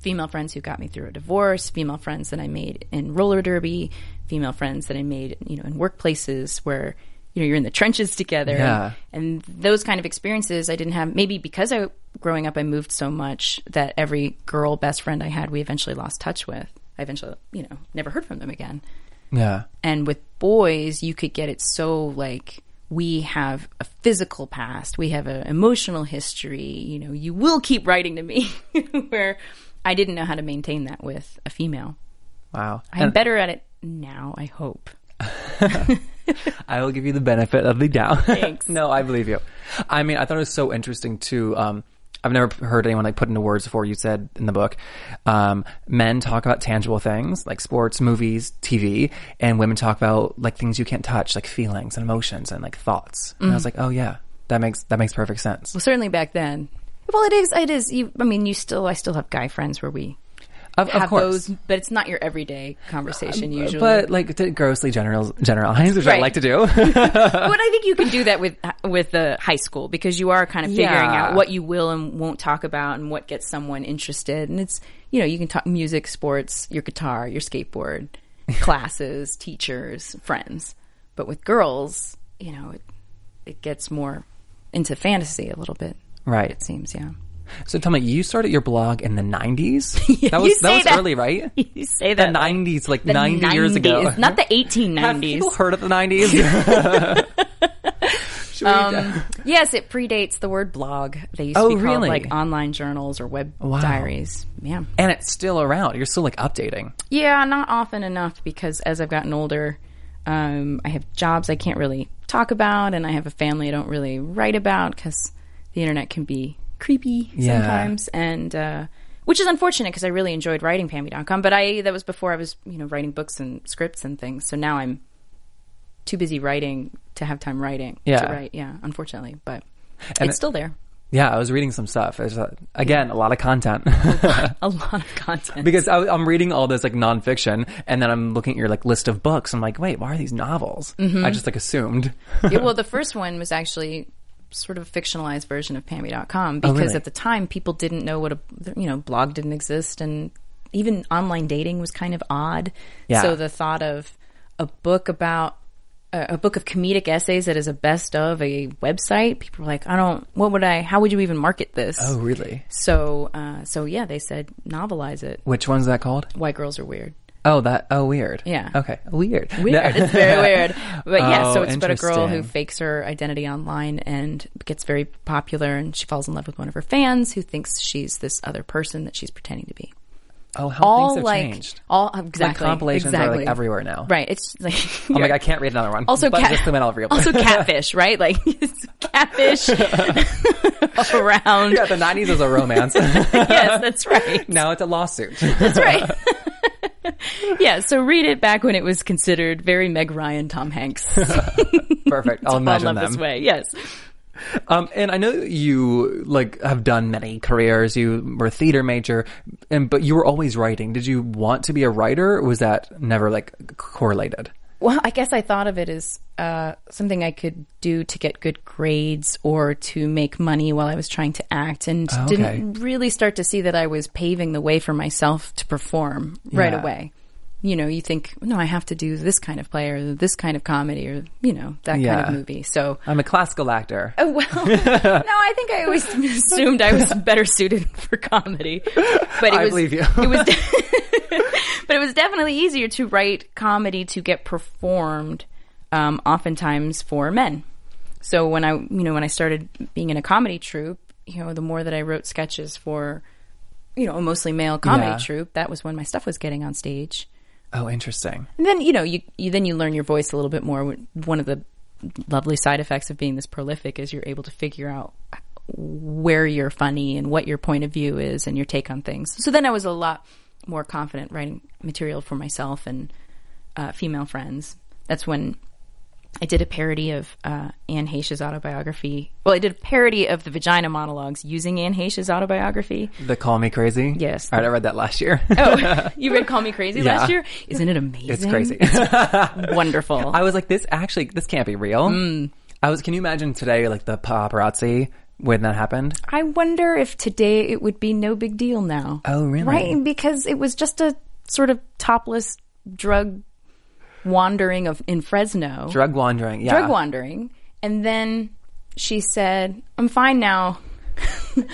[SPEAKER 3] female friends who got me through a divorce, female friends that I made in roller derby, female friends that I made, you know, in workplaces where you know you're in the trenches together,
[SPEAKER 2] Yeah.
[SPEAKER 3] and, and those kind of experiences I didn't have. Maybe because I growing up I moved so much that every girl best friend I had we eventually lost touch with. I eventually, you know, never heard from them again
[SPEAKER 2] Yeah,
[SPEAKER 3] and with boys you could get it so like we have a physical past we have an emotional history you know you will keep writing to me where i didn't know how to maintain that with a female
[SPEAKER 2] wow.
[SPEAKER 3] i'm better at it now i hope
[SPEAKER 2] I will give you the benefit of the doubt.
[SPEAKER 3] Thanks.
[SPEAKER 2] no, I believe you. I mean, I thought it was so interesting too. Um, I've never heard anyone like put into words before. You said in the book, um, men talk about tangible things like sports, movies, TV, and women talk about like things you can't touch, like feelings and emotions and like thoughts. And I
[SPEAKER 3] Mm.
[SPEAKER 2] was like, oh yeah, that makes that makes perfect sense.
[SPEAKER 3] well certainly back then well it is it is you i mean you still i still have guy friends where we
[SPEAKER 2] Of, of
[SPEAKER 3] have
[SPEAKER 2] course. Um,
[SPEAKER 3] those but it's not your everyday conversation usually
[SPEAKER 2] But like to grossly general generalize, which I
[SPEAKER 3] Right.
[SPEAKER 2] like to do.
[SPEAKER 3] but I think you can do that with with the high school because you are kind of figuring
[SPEAKER 2] Yeah.
[SPEAKER 3] out what you will and won't talk about and what gets someone interested. And it's you know you can talk music, sports, your guitar, your skateboard, classes, teachers, friends. But with girls, you know, it, it gets more into fantasy a little bit.
[SPEAKER 2] Right.
[SPEAKER 3] It seems, yeah.
[SPEAKER 2] So tell me, you started your blog in the nineties. that was
[SPEAKER 3] you
[SPEAKER 2] that
[SPEAKER 3] say
[SPEAKER 2] was
[SPEAKER 3] that.
[SPEAKER 2] early, right?
[SPEAKER 3] You say that
[SPEAKER 2] the nineties, like ninety years ago.
[SPEAKER 3] Uh, not the eighteen
[SPEAKER 2] Have
[SPEAKER 3] nineties. Um,
[SPEAKER 2] people heard of the nineties?
[SPEAKER 3] Yes, it predates the word blog. They used
[SPEAKER 2] Oh,
[SPEAKER 3] to be called
[SPEAKER 2] really?
[SPEAKER 3] like online journals or web diaries. Yeah.
[SPEAKER 2] and it's still around. You're still like updating.
[SPEAKER 3] Yeah, not often enough because as I've gotten older, um, I have jobs I can't really talk about and I have a family I don't really write about because the internet can be creepy
[SPEAKER 2] Yeah.
[SPEAKER 3] sometimes, and uh, which is unfortunate because I really enjoyed writing Pammy.com. But I that was before I was you know writing books and scripts and things. So now I'm too busy writing to have time writing.
[SPEAKER 2] Yeah.
[SPEAKER 3] to write. Yeah, unfortunately, but
[SPEAKER 2] And
[SPEAKER 3] it's
[SPEAKER 2] it-
[SPEAKER 3] still there.
[SPEAKER 2] Yeah, I was reading some stuff. There's a, again a lot of content
[SPEAKER 3] A lot of content.
[SPEAKER 2] because I, I'm reading all this like nonfiction, and then I'm looking at your like list of books. I'm like, wait, why are these novels?
[SPEAKER 3] Mm-hmm.
[SPEAKER 2] I just like assumed.
[SPEAKER 3] yeah, well, the first one was actually sort of a fictionalized version of Pammy.com because
[SPEAKER 2] Oh, really?
[SPEAKER 3] at the time people didn't know what a you know blog didn't exist and even online dating was kind of odd.
[SPEAKER 2] Yeah.
[SPEAKER 3] So the thought of a book about a a book of comedic essays that is a best of a website. People were like, I don't. What would I? How would you even market this?
[SPEAKER 2] oh, really?
[SPEAKER 3] So, uh, so yeah, they said novelize it.
[SPEAKER 2] Which one's that called?
[SPEAKER 3] Why girls are weird.
[SPEAKER 2] Oh, that. Oh, weird.
[SPEAKER 3] Yeah.
[SPEAKER 2] Okay. Weird.
[SPEAKER 3] weird.
[SPEAKER 2] No.
[SPEAKER 3] It's very weird. But yeah, so
[SPEAKER 2] Oh,
[SPEAKER 3] it's about a girl who
[SPEAKER 2] interesting.
[SPEAKER 3] fakes her identity online and gets very popular, and she falls in love with one of her fans who thinks she's this other person that she's pretending to be.
[SPEAKER 2] oh, how
[SPEAKER 3] All
[SPEAKER 2] things have
[SPEAKER 3] like
[SPEAKER 2] changed.
[SPEAKER 3] all exactly
[SPEAKER 2] compilations are, like,
[SPEAKER 3] exactly.
[SPEAKER 2] everywhere now.
[SPEAKER 3] Right. It's like
[SPEAKER 2] Oh my god, I can't read another one.
[SPEAKER 3] also,
[SPEAKER 2] but
[SPEAKER 3] cat-
[SPEAKER 2] just the middle of your-
[SPEAKER 3] also catfish, right? Like it's catfish around.
[SPEAKER 2] yeah, the '90s was a romance.
[SPEAKER 3] Yes, that's right.
[SPEAKER 2] now it's a lawsuit.
[SPEAKER 3] That's right. yeah. So read it back when it was considered very Meg Ryan, Tom Hanks.
[SPEAKER 2] Perfect. I'll
[SPEAKER 3] Fall in
[SPEAKER 2] imagine
[SPEAKER 3] love
[SPEAKER 2] them.
[SPEAKER 3] this way. Yes.
[SPEAKER 2] Um, and I know you like have done many careers. You were a theater major, and but you were always writing. Did you want to be a writer? Or was that never like c- correlated?
[SPEAKER 3] Well, I guess I thought of it as uh, something I could do to get good grades or to make money while I was trying to act, and
[SPEAKER 2] Oh, okay.
[SPEAKER 3] didn't really start to see that I was paving the way for myself to perform right
[SPEAKER 2] Yeah.
[SPEAKER 3] away. You know, you think, no, I have to do this kind of play or this kind of comedy or, you know, that kind
[SPEAKER 2] Yeah.
[SPEAKER 3] of movie. So,
[SPEAKER 2] I'm a classical actor.
[SPEAKER 3] oh, well, no, I think I always assumed I was better suited for comedy. But it
[SPEAKER 2] I
[SPEAKER 3] was,
[SPEAKER 2] believe you.
[SPEAKER 3] it was, but it was definitely easier to write comedy to get performed, um, oftentimes for men. So when I, you know, when I started being in a comedy troupe, you know, the more that I wrote sketches for, you know, a mostly male comedy
[SPEAKER 2] Yeah.
[SPEAKER 3] troupe, that was when my stuff was getting on stage.
[SPEAKER 2] Oh, interesting.
[SPEAKER 3] And then you know you, you then you learn your voice a little bit more. One of the lovely side effects of being this prolific is you're able to figure out where you're funny and what your point of view is and your take on things. So then I was a lot more confident writing material for myself and uh, female friends. That's when I did a parody of uh, Anne Heche's autobiography. Well, I did a parody of the vagina monologues using Anne Heche's autobiography.
[SPEAKER 2] The Call Me Crazy.
[SPEAKER 3] Yes.
[SPEAKER 2] All right, I read that last year.
[SPEAKER 3] Oh, you read Call Me Crazy
[SPEAKER 2] Yeah.
[SPEAKER 3] last year? Isn't it amazing?
[SPEAKER 2] it's crazy.
[SPEAKER 3] Wonderful.
[SPEAKER 2] I was like, this actually, this can't be real. I was. Can you imagine today, like the paparazzi when that happened?
[SPEAKER 3] I wonder if today it would be no big deal now.
[SPEAKER 2] Oh, really?
[SPEAKER 3] Right? Because it was just a sort of topless drug wandering of in Fresno,
[SPEAKER 2] Drug wandering. Yeah.
[SPEAKER 3] drug wandering, and then she said, "I'm fine now."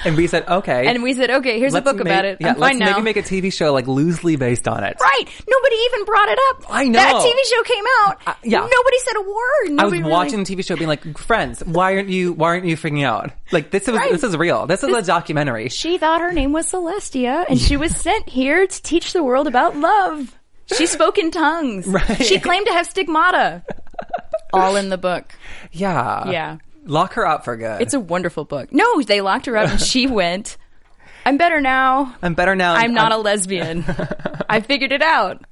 [SPEAKER 2] And we said, okay.
[SPEAKER 3] And we said, "Okay, here's
[SPEAKER 2] let's
[SPEAKER 3] a book
[SPEAKER 2] make-
[SPEAKER 3] about it.
[SPEAKER 2] Yeah.
[SPEAKER 3] I'm
[SPEAKER 2] let's
[SPEAKER 3] fine now."
[SPEAKER 2] maybe make a TV show like loosely based on it.
[SPEAKER 3] right? Nobody even brought it up.
[SPEAKER 2] I know.
[SPEAKER 3] that TV show came out.
[SPEAKER 2] yeah.
[SPEAKER 3] nobody said a word.
[SPEAKER 2] I was
[SPEAKER 3] Nobody really-
[SPEAKER 2] watching the TV show, being like, "Friends, why aren't you? Why aren't you freaking out? Like this is
[SPEAKER 3] Right.
[SPEAKER 2] this is real. This is a documentary."
[SPEAKER 3] She thought her name was Celestia, and she was sent here to teach the world about love. She spoke in tongues.
[SPEAKER 2] Right.
[SPEAKER 3] She claimed to have stigmata. All in the book.
[SPEAKER 2] Yeah,
[SPEAKER 3] Yeah.
[SPEAKER 2] Lock her up for good.
[SPEAKER 3] It's a wonderful book. No, they locked her up, and she went. I'm better now.
[SPEAKER 2] I'm better now.
[SPEAKER 3] I'm not a lesbian. I figured it out.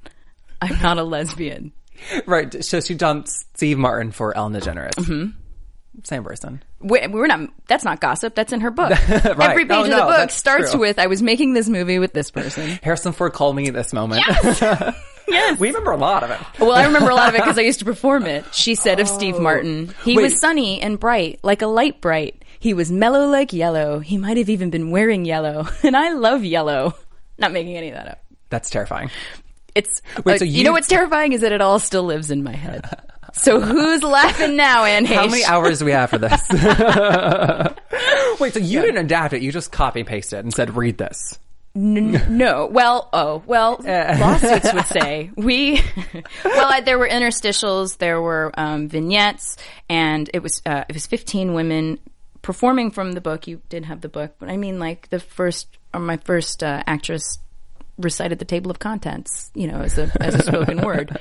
[SPEAKER 3] I'm not a lesbian.
[SPEAKER 2] right. So she dumped Steve Martin for Ellen DeGeneres. Mm-hmm. Same person.
[SPEAKER 3] we we're not. That's not gossip. That's in her book. Every page
[SPEAKER 2] Oh,
[SPEAKER 3] of
[SPEAKER 2] no,
[SPEAKER 3] the book
[SPEAKER 2] that's
[SPEAKER 3] starts
[SPEAKER 2] true.
[SPEAKER 3] with "I was making this movie with this person."
[SPEAKER 2] Harrison Ford called me this moment.
[SPEAKER 3] Yes.
[SPEAKER 2] we remember a lot of it.
[SPEAKER 3] Well, I remember a lot of it because I used to perform it. She said of Steve Martin, he
[SPEAKER 2] Oh. Wait.
[SPEAKER 3] was sunny and bright, like a light bright. He was mellow like yellow. He might have even been wearing yellow, and I love yellow. Not making any of that up.
[SPEAKER 2] That's terrifying.
[SPEAKER 3] It's
[SPEAKER 2] Wait,
[SPEAKER 3] uh,
[SPEAKER 2] so
[SPEAKER 3] you,
[SPEAKER 2] you-
[SPEAKER 3] know what's terrifying is that it all still lives in my head. So who's laughing now, Anne
[SPEAKER 2] How
[SPEAKER 3] Heche?
[SPEAKER 2] many hours do we have for this? Wait, so you didn't adapt it. You just copy and pasted and said, read this.
[SPEAKER 3] No. Well, oh, well, lawsuits would say we. well, I, there were interstitials, there were um, vignettes, and it was uh, it was fifteen women performing from the book. You did have the book, but I mean, like the first or my first uh, actress recited the table of contents, you know, as a as a spoken word.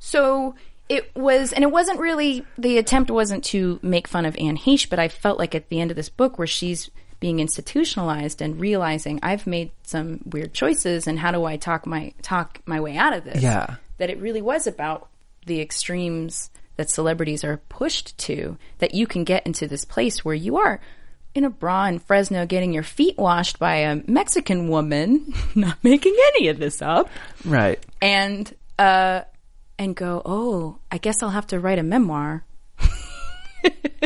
[SPEAKER 3] So it was, and it wasn't really the attempt wasn't to make fun of Anne Heche, but I felt like at the end of this book where she's being institutionalized and realizing I've made some weird choices and how do I talk my talk my way out of this?
[SPEAKER 2] Yeah.
[SPEAKER 3] That it really was about the extremes that celebrities are pushed to that you can get into this place where you are in a bra in Fresno getting your feet washed by a Mexican woman, not making any of this up
[SPEAKER 2] Right.
[SPEAKER 3] and uh and go, "Oh, I guess I'll have to write a memoir."
[SPEAKER 2] that's how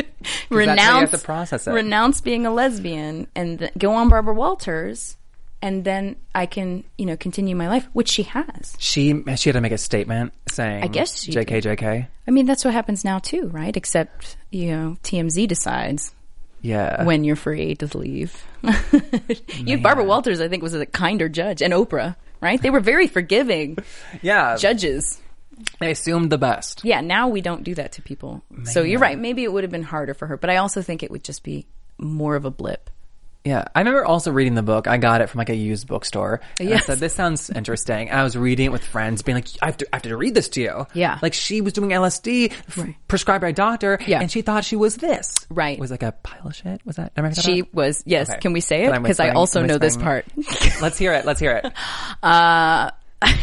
[SPEAKER 2] you have
[SPEAKER 3] renounce
[SPEAKER 2] to process it.
[SPEAKER 3] Renounce being a lesbian and th- go on Barbara Walters and then I can, you know, continue my life, which she has.
[SPEAKER 2] She she had to make a statement saying, "I
[SPEAKER 3] guess she
[SPEAKER 2] JK JK."
[SPEAKER 3] I mean, that's what happens now too, right? Except, you know, TMZ decides
[SPEAKER 2] Yeah.
[SPEAKER 3] when you're free to leave. you Barbara Walters I think was a kinder judge and Oprah, right? They were very forgiving
[SPEAKER 2] yeah.
[SPEAKER 3] judges.
[SPEAKER 2] they assumed the best.
[SPEAKER 3] yeah, now we don't do that to people. So you're right. Maybe it would have been harder for her, but I also think it would just be more of a blip.
[SPEAKER 2] Yeah, I remember also reading the book. I got it from like a used bookstore. And I
[SPEAKER 3] Yes.
[SPEAKER 2] said, "This sounds interesting." And I was reading it with friends, being like, "I have to, I have to read this to you."
[SPEAKER 3] Yeah.
[SPEAKER 2] like she was doing LSD f- prescribed by a doctor,
[SPEAKER 3] Yeah.
[SPEAKER 2] and she thought she was this.
[SPEAKER 3] Right.
[SPEAKER 2] was like a pile of shit. Was that? I remember that
[SPEAKER 3] She
[SPEAKER 2] about?
[SPEAKER 3] was, yes,
[SPEAKER 2] Okay.
[SPEAKER 3] can we say
[SPEAKER 2] Then
[SPEAKER 3] it?
[SPEAKER 2] I'm
[SPEAKER 3] Because I
[SPEAKER 2] whispering-
[SPEAKER 3] also
[SPEAKER 2] I'm
[SPEAKER 3] know this part.
[SPEAKER 2] whispering. Let's hear it. Let's hear it.
[SPEAKER 3] uh,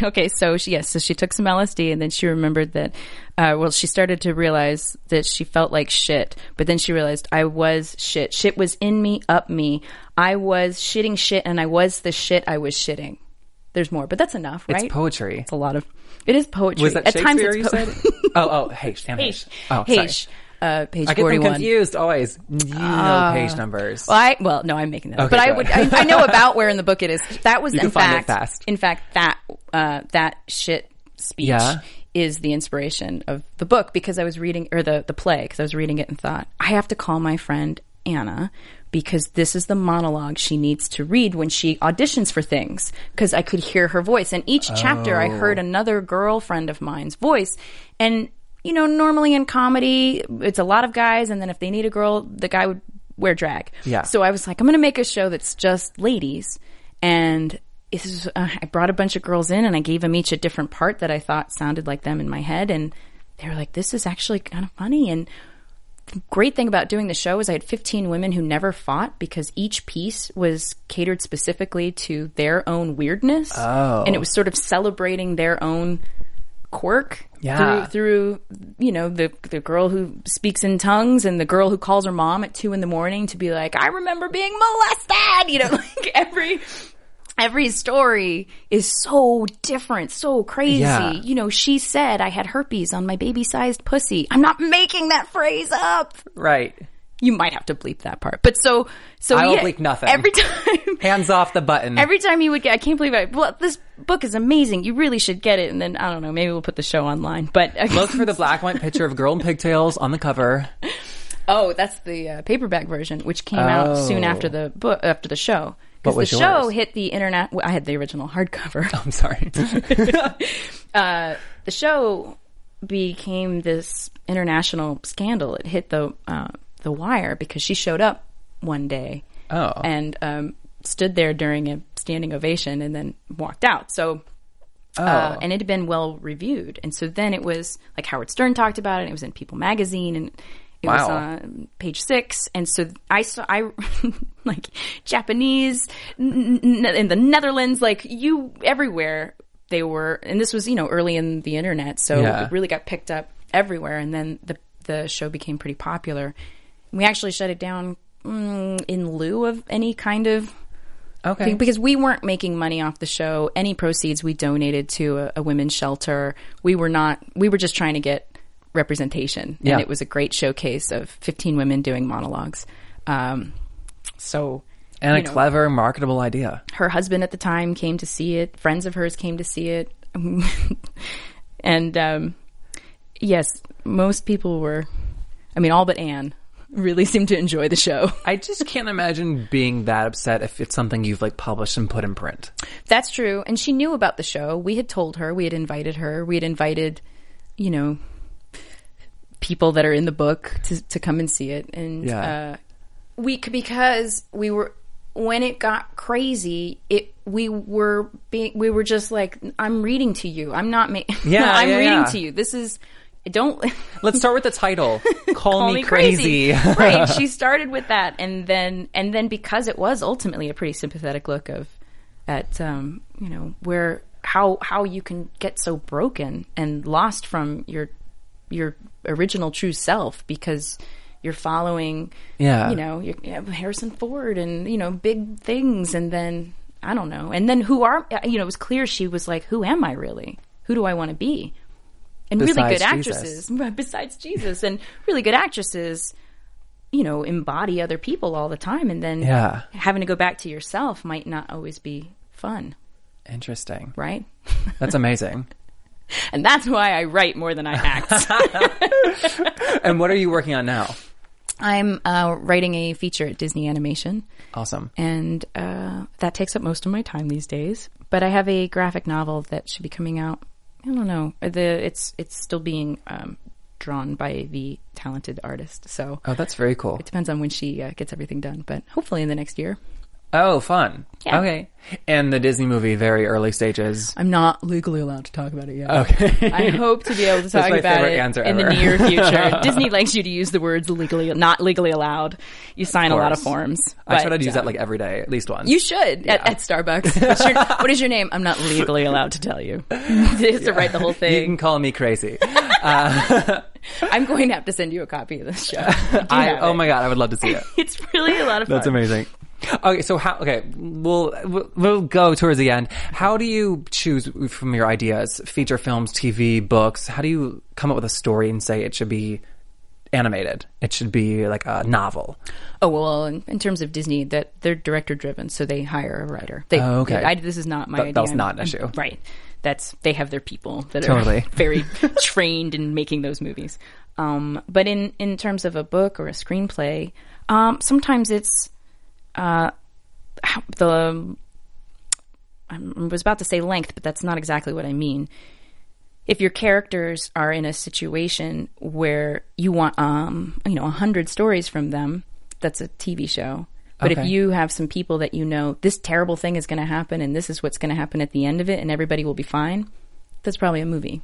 [SPEAKER 3] okay, so she, yes, so she took some LSD and then she remembered that, uh, well, she started to realize that she felt like shit, but then she realized I was shit. Shit was in me, up me. I was shitting shit and I was the shit I was shitting. There's more, but that's enough, right?
[SPEAKER 2] It's poetry.
[SPEAKER 3] It's a lot of, it is poetry.
[SPEAKER 2] Was that
[SPEAKER 3] At times
[SPEAKER 2] Shakespeare?
[SPEAKER 3] it's
[SPEAKER 2] You
[SPEAKER 3] po-
[SPEAKER 2] said? oh, oh, Haish. Anne Haish. Oh, sorry.
[SPEAKER 3] Page, uh, page
[SPEAKER 2] I get them
[SPEAKER 3] 41.
[SPEAKER 2] confused always. You know page numbers.
[SPEAKER 3] Well, I, well, no, I'm making that up.
[SPEAKER 2] Okay,
[SPEAKER 3] but I
[SPEAKER 2] go
[SPEAKER 3] would, I,
[SPEAKER 2] ahead.
[SPEAKER 3] I know about where in the book it is. That was,
[SPEAKER 2] You
[SPEAKER 3] in
[SPEAKER 2] can find it
[SPEAKER 3] fact,
[SPEAKER 2] fast.
[SPEAKER 3] in fact, that, uh, that shit speech
[SPEAKER 2] Yeah.
[SPEAKER 3] is the inspiration of the book because I was reading, or the, the play, because I was reading it and thought, I have to call my friend Anna because this is the monologue she needs to read when she auditions for things because I could hear her voice. And each chapter I heard another girlfriend of mine's voice. And, you know, normally in comedy, it's a lot of guys. And then if they need a girl, the guy would wear drag.
[SPEAKER 2] Yeah.
[SPEAKER 3] So I was like, I'm going to make a show that's just ladies. And this is, uh, I brought a bunch of girls in and I gave them each a different part that I thought sounded like them in my head. And they were like, this is actually kind of funny. And the great thing about doing the show is I had 15 women who never fought because each piece was catered specifically to their own weirdness. Oh. And it was sort of celebrating their own quirk
[SPEAKER 2] Yeah.
[SPEAKER 3] through through you know the the girl who speaks in tongues and the girl who calls her mom at two in the morning to be like I remember being molested you know like every every story is so different so crazy
[SPEAKER 2] Yeah.
[SPEAKER 3] you know she said I had herpes on my baby sized pussy I'm not making that phrase up
[SPEAKER 2] right.
[SPEAKER 3] you might have to bleep that part but so so
[SPEAKER 2] I will
[SPEAKER 3] yeah,
[SPEAKER 2] bleep nothing.
[SPEAKER 3] every time
[SPEAKER 2] Hands off the button.
[SPEAKER 3] Every time you would get, I can't believe I. Well, this book is amazing. You really should get it. And then I don't know, maybe we'll put the show online. But
[SPEAKER 2] Look for the black and white picture of girl in pigtails on the cover.
[SPEAKER 3] Oh, that's the uh, paperback version, which came out soon
[SPEAKER 2] Oh.
[SPEAKER 3] after the book, after the show.
[SPEAKER 2] What
[SPEAKER 3] Because
[SPEAKER 2] was
[SPEAKER 3] the show
[SPEAKER 2] yours?
[SPEAKER 3] hit the internet. Well, I had the original hardcover.
[SPEAKER 2] I'm sorry.
[SPEAKER 3] The show became this international scandal. It hit the uh, the wire because she showed up one day
[SPEAKER 2] Oh.
[SPEAKER 3] and um, stood there during a standing ovation and then walked out. So
[SPEAKER 2] Oh.
[SPEAKER 3] uh, and it had been well reviewed. And so then it was like Howard Stern talked about it. And it was in People Magazine, and it was
[SPEAKER 2] Wow.
[SPEAKER 3] on page six. And so I saw I like Japanese n- n- in the Netherlands, like you everywhere they were. And this was you know early in the internet, so
[SPEAKER 2] Yeah.
[SPEAKER 3] it really got picked up everywhere. And then the the show became pretty popular. We actually shut it down mm, in lieu of any kind of
[SPEAKER 2] okay.
[SPEAKER 3] because we weren't making money off the show. Any proceeds we donated to a, a women's shelter. We were not. We were just trying to get representation,
[SPEAKER 2] Yeah.
[SPEAKER 3] and it was a great showcase of 15 women doing monologues. Um, so,
[SPEAKER 2] and a
[SPEAKER 3] you know,
[SPEAKER 2] clever, marketable idea.
[SPEAKER 3] her husband at the time came to see it. Friends of hers came to see it, and um, yes, most people were. I mean, all but Anne really seemed to enjoy the show.
[SPEAKER 2] I just can't imagine being that upset if it's something you've like published and put in print.
[SPEAKER 3] That's true. And she knew about the show. We had told her, we had invited her, we had invited, you know, people that are in the book to, to come and see it. And
[SPEAKER 2] Yeah.
[SPEAKER 3] uh, we, c- because we were, when it got crazy, it, we were being, we were just like, I'm reading to you. I'm not making,
[SPEAKER 2] Yeah,
[SPEAKER 3] I'm
[SPEAKER 2] yeah,
[SPEAKER 3] reading
[SPEAKER 2] yeah.
[SPEAKER 3] to you. This is, don't
[SPEAKER 2] Let's start with the title. Call,
[SPEAKER 3] call
[SPEAKER 2] me, crazy.
[SPEAKER 3] right. She started with that, and then and then because it was ultimately a pretty sympathetic look of at um, you know where how how you can get so broken and lost from your your original true self because you're following
[SPEAKER 2] Yeah.
[SPEAKER 3] you know you're, you know, Harrison Ford and you know big things and then I don't know and then who are you know it was clear she was like who am I really who do I want to be and really
[SPEAKER 2] Besides
[SPEAKER 3] good
[SPEAKER 2] Jesus.
[SPEAKER 3] actresses besides Jesus and really good actresses you know embody other people all the time and then
[SPEAKER 2] Yeah.
[SPEAKER 3] having to go back to yourself might not always be fun
[SPEAKER 2] Interesting.
[SPEAKER 3] right
[SPEAKER 2] That's amazing.
[SPEAKER 3] and that's why I write more than I act
[SPEAKER 2] and what are you working on now?
[SPEAKER 3] I'm uh, writing a feature at Disney Animation
[SPEAKER 2] Awesome.
[SPEAKER 3] and uh, that takes up most of my time these days. But I have a graphic novel that should be coming out. I don't know. The it's it's still being um, drawn by the talented artist, so
[SPEAKER 2] Oh, that's very cool.
[SPEAKER 3] it depends on when she uh, gets everything done. But hopefully in the next year.
[SPEAKER 2] Oh, fun.
[SPEAKER 3] Yeah.
[SPEAKER 2] Okay. And the Disney movie, very early stages.
[SPEAKER 3] I'm not legally allowed to talk about it yet.
[SPEAKER 2] Okay.
[SPEAKER 3] I hope to be able to talk
[SPEAKER 2] my
[SPEAKER 3] about
[SPEAKER 2] favorite
[SPEAKER 3] it
[SPEAKER 2] answer
[SPEAKER 3] in the
[SPEAKER 2] ever.
[SPEAKER 3] near future. Disney likes you to use the words legally, not legally allowed. You sign a lot of
[SPEAKER 2] course.
[SPEAKER 3] forms.
[SPEAKER 2] I try
[SPEAKER 3] but,
[SPEAKER 2] to use
[SPEAKER 3] uh,
[SPEAKER 2] that like every day, at least once.
[SPEAKER 3] You should at, at Starbucks. What's your, what is your name? I'm not legally allowed to tell you. They have to write the whole
[SPEAKER 2] You
[SPEAKER 3] thing.
[SPEAKER 2] can call me crazy.
[SPEAKER 3] I'm going to have to send you a copy of this show.
[SPEAKER 2] I,
[SPEAKER 3] have
[SPEAKER 2] oh
[SPEAKER 3] it.
[SPEAKER 2] my god, I would love to see it.
[SPEAKER 3] It's really a lot of fun.
[SPEAKER 2] That's amazing. Okay, so how? Okay, we'll we'll- we'll go towards the end. How do you choose from your ideas, feature films, TV, books? How do you come up with a story and say it should be animated? It should be like a novel.
[SPEAKER 3] Oh well, in, in terms of Disney, that they're director driven, so they hire a writer. They,
[SPEAKER 2] Oh, okay.
[SPEAKER 3] I, this is not my
[SPEAKER 2] That-
[SPEAKER 3] idea.
[SPEAKER 2] that's not an issue.
[SPEAKER 3] right? That's they have their people that
[SPEAKER 2] Totally.
[SPEAKER 3] are very trained in making those movies. Um, but in in terms of a book or a screenplay, um, sometimes it's uh, how- the I'm- I was about to say length, but that's not exactly what I mean. If your characters are in a situation where you want, um, you know, a hundred stories from them, that's a TV show. But if
[SPEAKER 2] Okay.
[SPEAKER 3] you have some people that you know, this terrible thing is going to happen, and this is what's going to happen at the end of it, and everybody will be fine. That's probably a movie.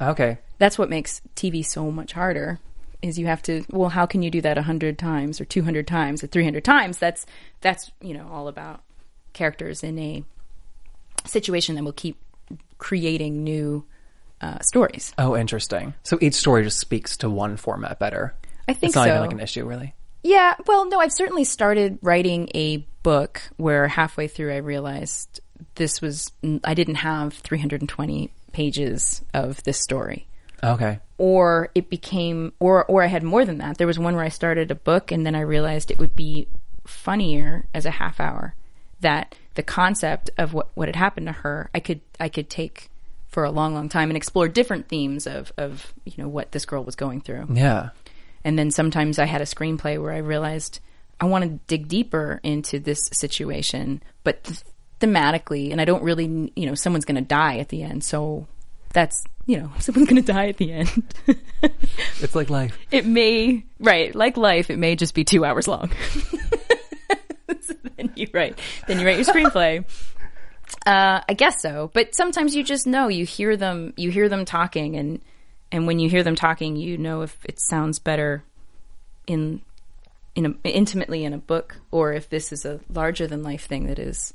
[SPEAKER 2] Okay,
[SPEAKER 3] That's what makes TV so much harder. Is you have to well, how can you do that a hundred times or two hundred times or three hundred times? That's that's you know all about characters in a situation that will keep creating new uh, stories.
[SPEAKER 2] Oh, interesting. So each story just speaks to one format better.
[SPEAKER 3] I think
[SPEAKER 2] it's not even
[SPEAKER 3] so.
[SPEAKER 2] like an issue, really.
[SPEAKER 3] Yeah, well, no, I've certainly started writing a book where halfway through I realized this was I didn't have 320 pages of this story.
[SPEAKER 2] Okay.
[SPEAKER 3] or it became or or I had more than that. There was one where I started a book and then I realized it would be funnier as a half hour that the concept of what what had happened to her I could I could take for a long long time and explore different themes of of you know what this girl was going through.
[SPEAKER 2] Yeah.
[SPEAKER 3] And then sometimes I had a screenplay where I realized I want to dig deeper into this situation, but th- thematically, and I don't really, you know, someone's going to die at the end. So that's, you know, someone's going to die at the end.
[SPEAKER 2] It's like life.
[SPEAKER 3] it may, right, like life, it may just be two hours long. So then you write, then you write your screenplay. Uh, I guess so, but sometimes you just know. You hear them, you hear them talking, and and when you hear them talking, you know if it sounds better in in a, intimately in a book, or if this is a larger than life thing that is,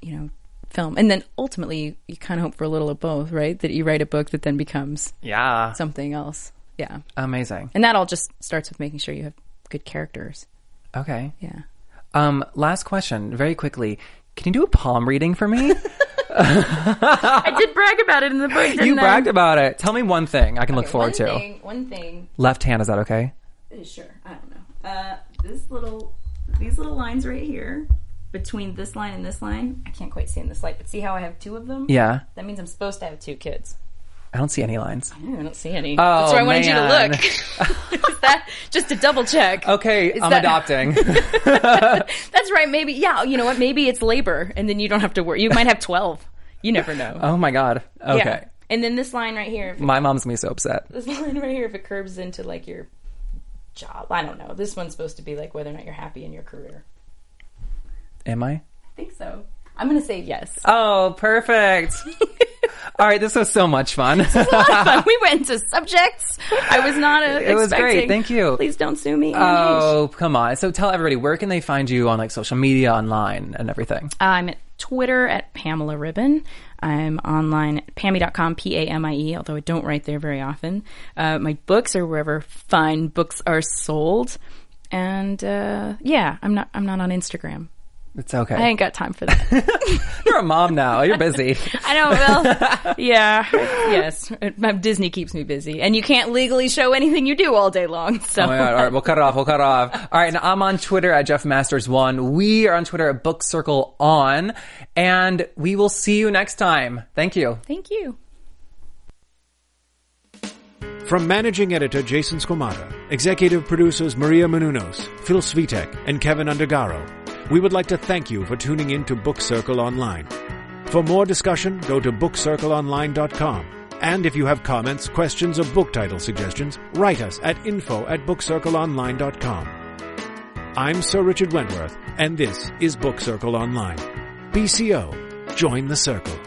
[SPEAKER 3] you know, film. And then ultimately, you, you kind of hope for a little of both, right? That you write a book that then becomes
[SPEAKER 2] Yeah.
[SPEAKER 3] something else. Yeah.
[SPEAKER 2] Amazing.
[SPEAKER 3] And that all just starts with making sure you have good characters.
[SPEAKER 2] Okay.
[SPEAKER 3] Yeah.
[SPEAKER 2] Um, last question, very quickly. Can you do a palm reading for me?
[SPEAKER 3] I did brag about it in the book. Didn't
[SPEAKER 2] you bragged about it. Tell me one thing I can look forward to.
[SPEAKER 3] one thing. Eh,
[SPEAKER 2] Left hand, is that okay?
[SPEAKER 3] Sure. I don't know. Uh, this little, these little lines right here between this line and this line. I can't quite see in this light, but see how I have two of them?
[SPEAKER 2] Yeah.
[SPEAKER 3] That means I'm supposed to have two kids.
[SPEAKER 2] I don't see any lines.
[SPEAKER 3] Ooh, I don't see any.
[SPEAKER 2] Oh,
[SPEAKER 3] That's where I wanted
[SPEAKER 2] man.
[SPEAKER 3] you to look. Is that just to double check?
[SPEAKER 2] Okay,
[SPEAKER 3] Is
[SPEAKER 2] I'm
[SPEAKER 3] that-
[SPEAKER 2] adopting.
[SPEAKER 3] That's right. Maybe. Yeah. You know what? Maybe it's labor, and then you don't have to worry. You might have twelve. You never know.
[SPEAKER 2] oh my god. Okay.
[SPEAKER 3] Yeah. And then this line right here. if it-
[SPEAKER 2] My mom's gonna be so upset.
[SPEAKER 3] this line right here. If it curves into like your job, I don't know. This one's supposed to be like whether or not you're happy in your career.
[SPEAKER 2] Am I?
[SPEAKER 3] I think so. I'm gonna say yes.
[SPEAKER 2] Oh, perfect. All right, this was so much fun.
[SPEAKER 3] fun. We went into subjects. I was not uh,
[SPEAKER 2] It was great.
[SPEAKER 3] expecting.
[SPEAKER 2] Thank you.
[SPEAKER 3] Please don't sue me.
[SPEAKER 2] oh, come on. So tell everybody where can they find you on like social media, online, and everything.
[SPEAKER 3] I'm at Twitter at Pamela Ribbon. I'm online at pammy.com, P A M I E, although I don't write there very often. Uh, my books are wherever fine books are sold. And uh, yeah, I'm not I'm not on Instagram.
[SPEAKER 2] It's okay.
[SPEAKER 3] I ain't got time for that.
[SPEAKER 2] You're a mom now. You're busy.
[SPEAKER 3] I know, Well, yeah. Yes. My Disney keeps me busy. And you can't legally show anything you do all day long. So
[SPEAKER 2] Oh my God. All right, we'll cut it off. We'll cut it off. All right, and I'm on Twitter at Jeff Masters One. We are on Twitter at Book Circle On, and we will see you next time. Thank you.
[SPEAKER 3] thank you.
[SPEAKER 1] From managing editor Jason Squamata, executive producers Maria Menounos, Phil Svitek, and Kevin Undergaro, we would like to thank you for tuning in to Book Circle Online. For more discussion, go to bookcircleonline.com. And if you have comments, questions, or book title suggestions, write us at info at bookcircleonline.com. I'm Sir Richard Wentworth, and this is Book Circle Online. BCO, join the circle.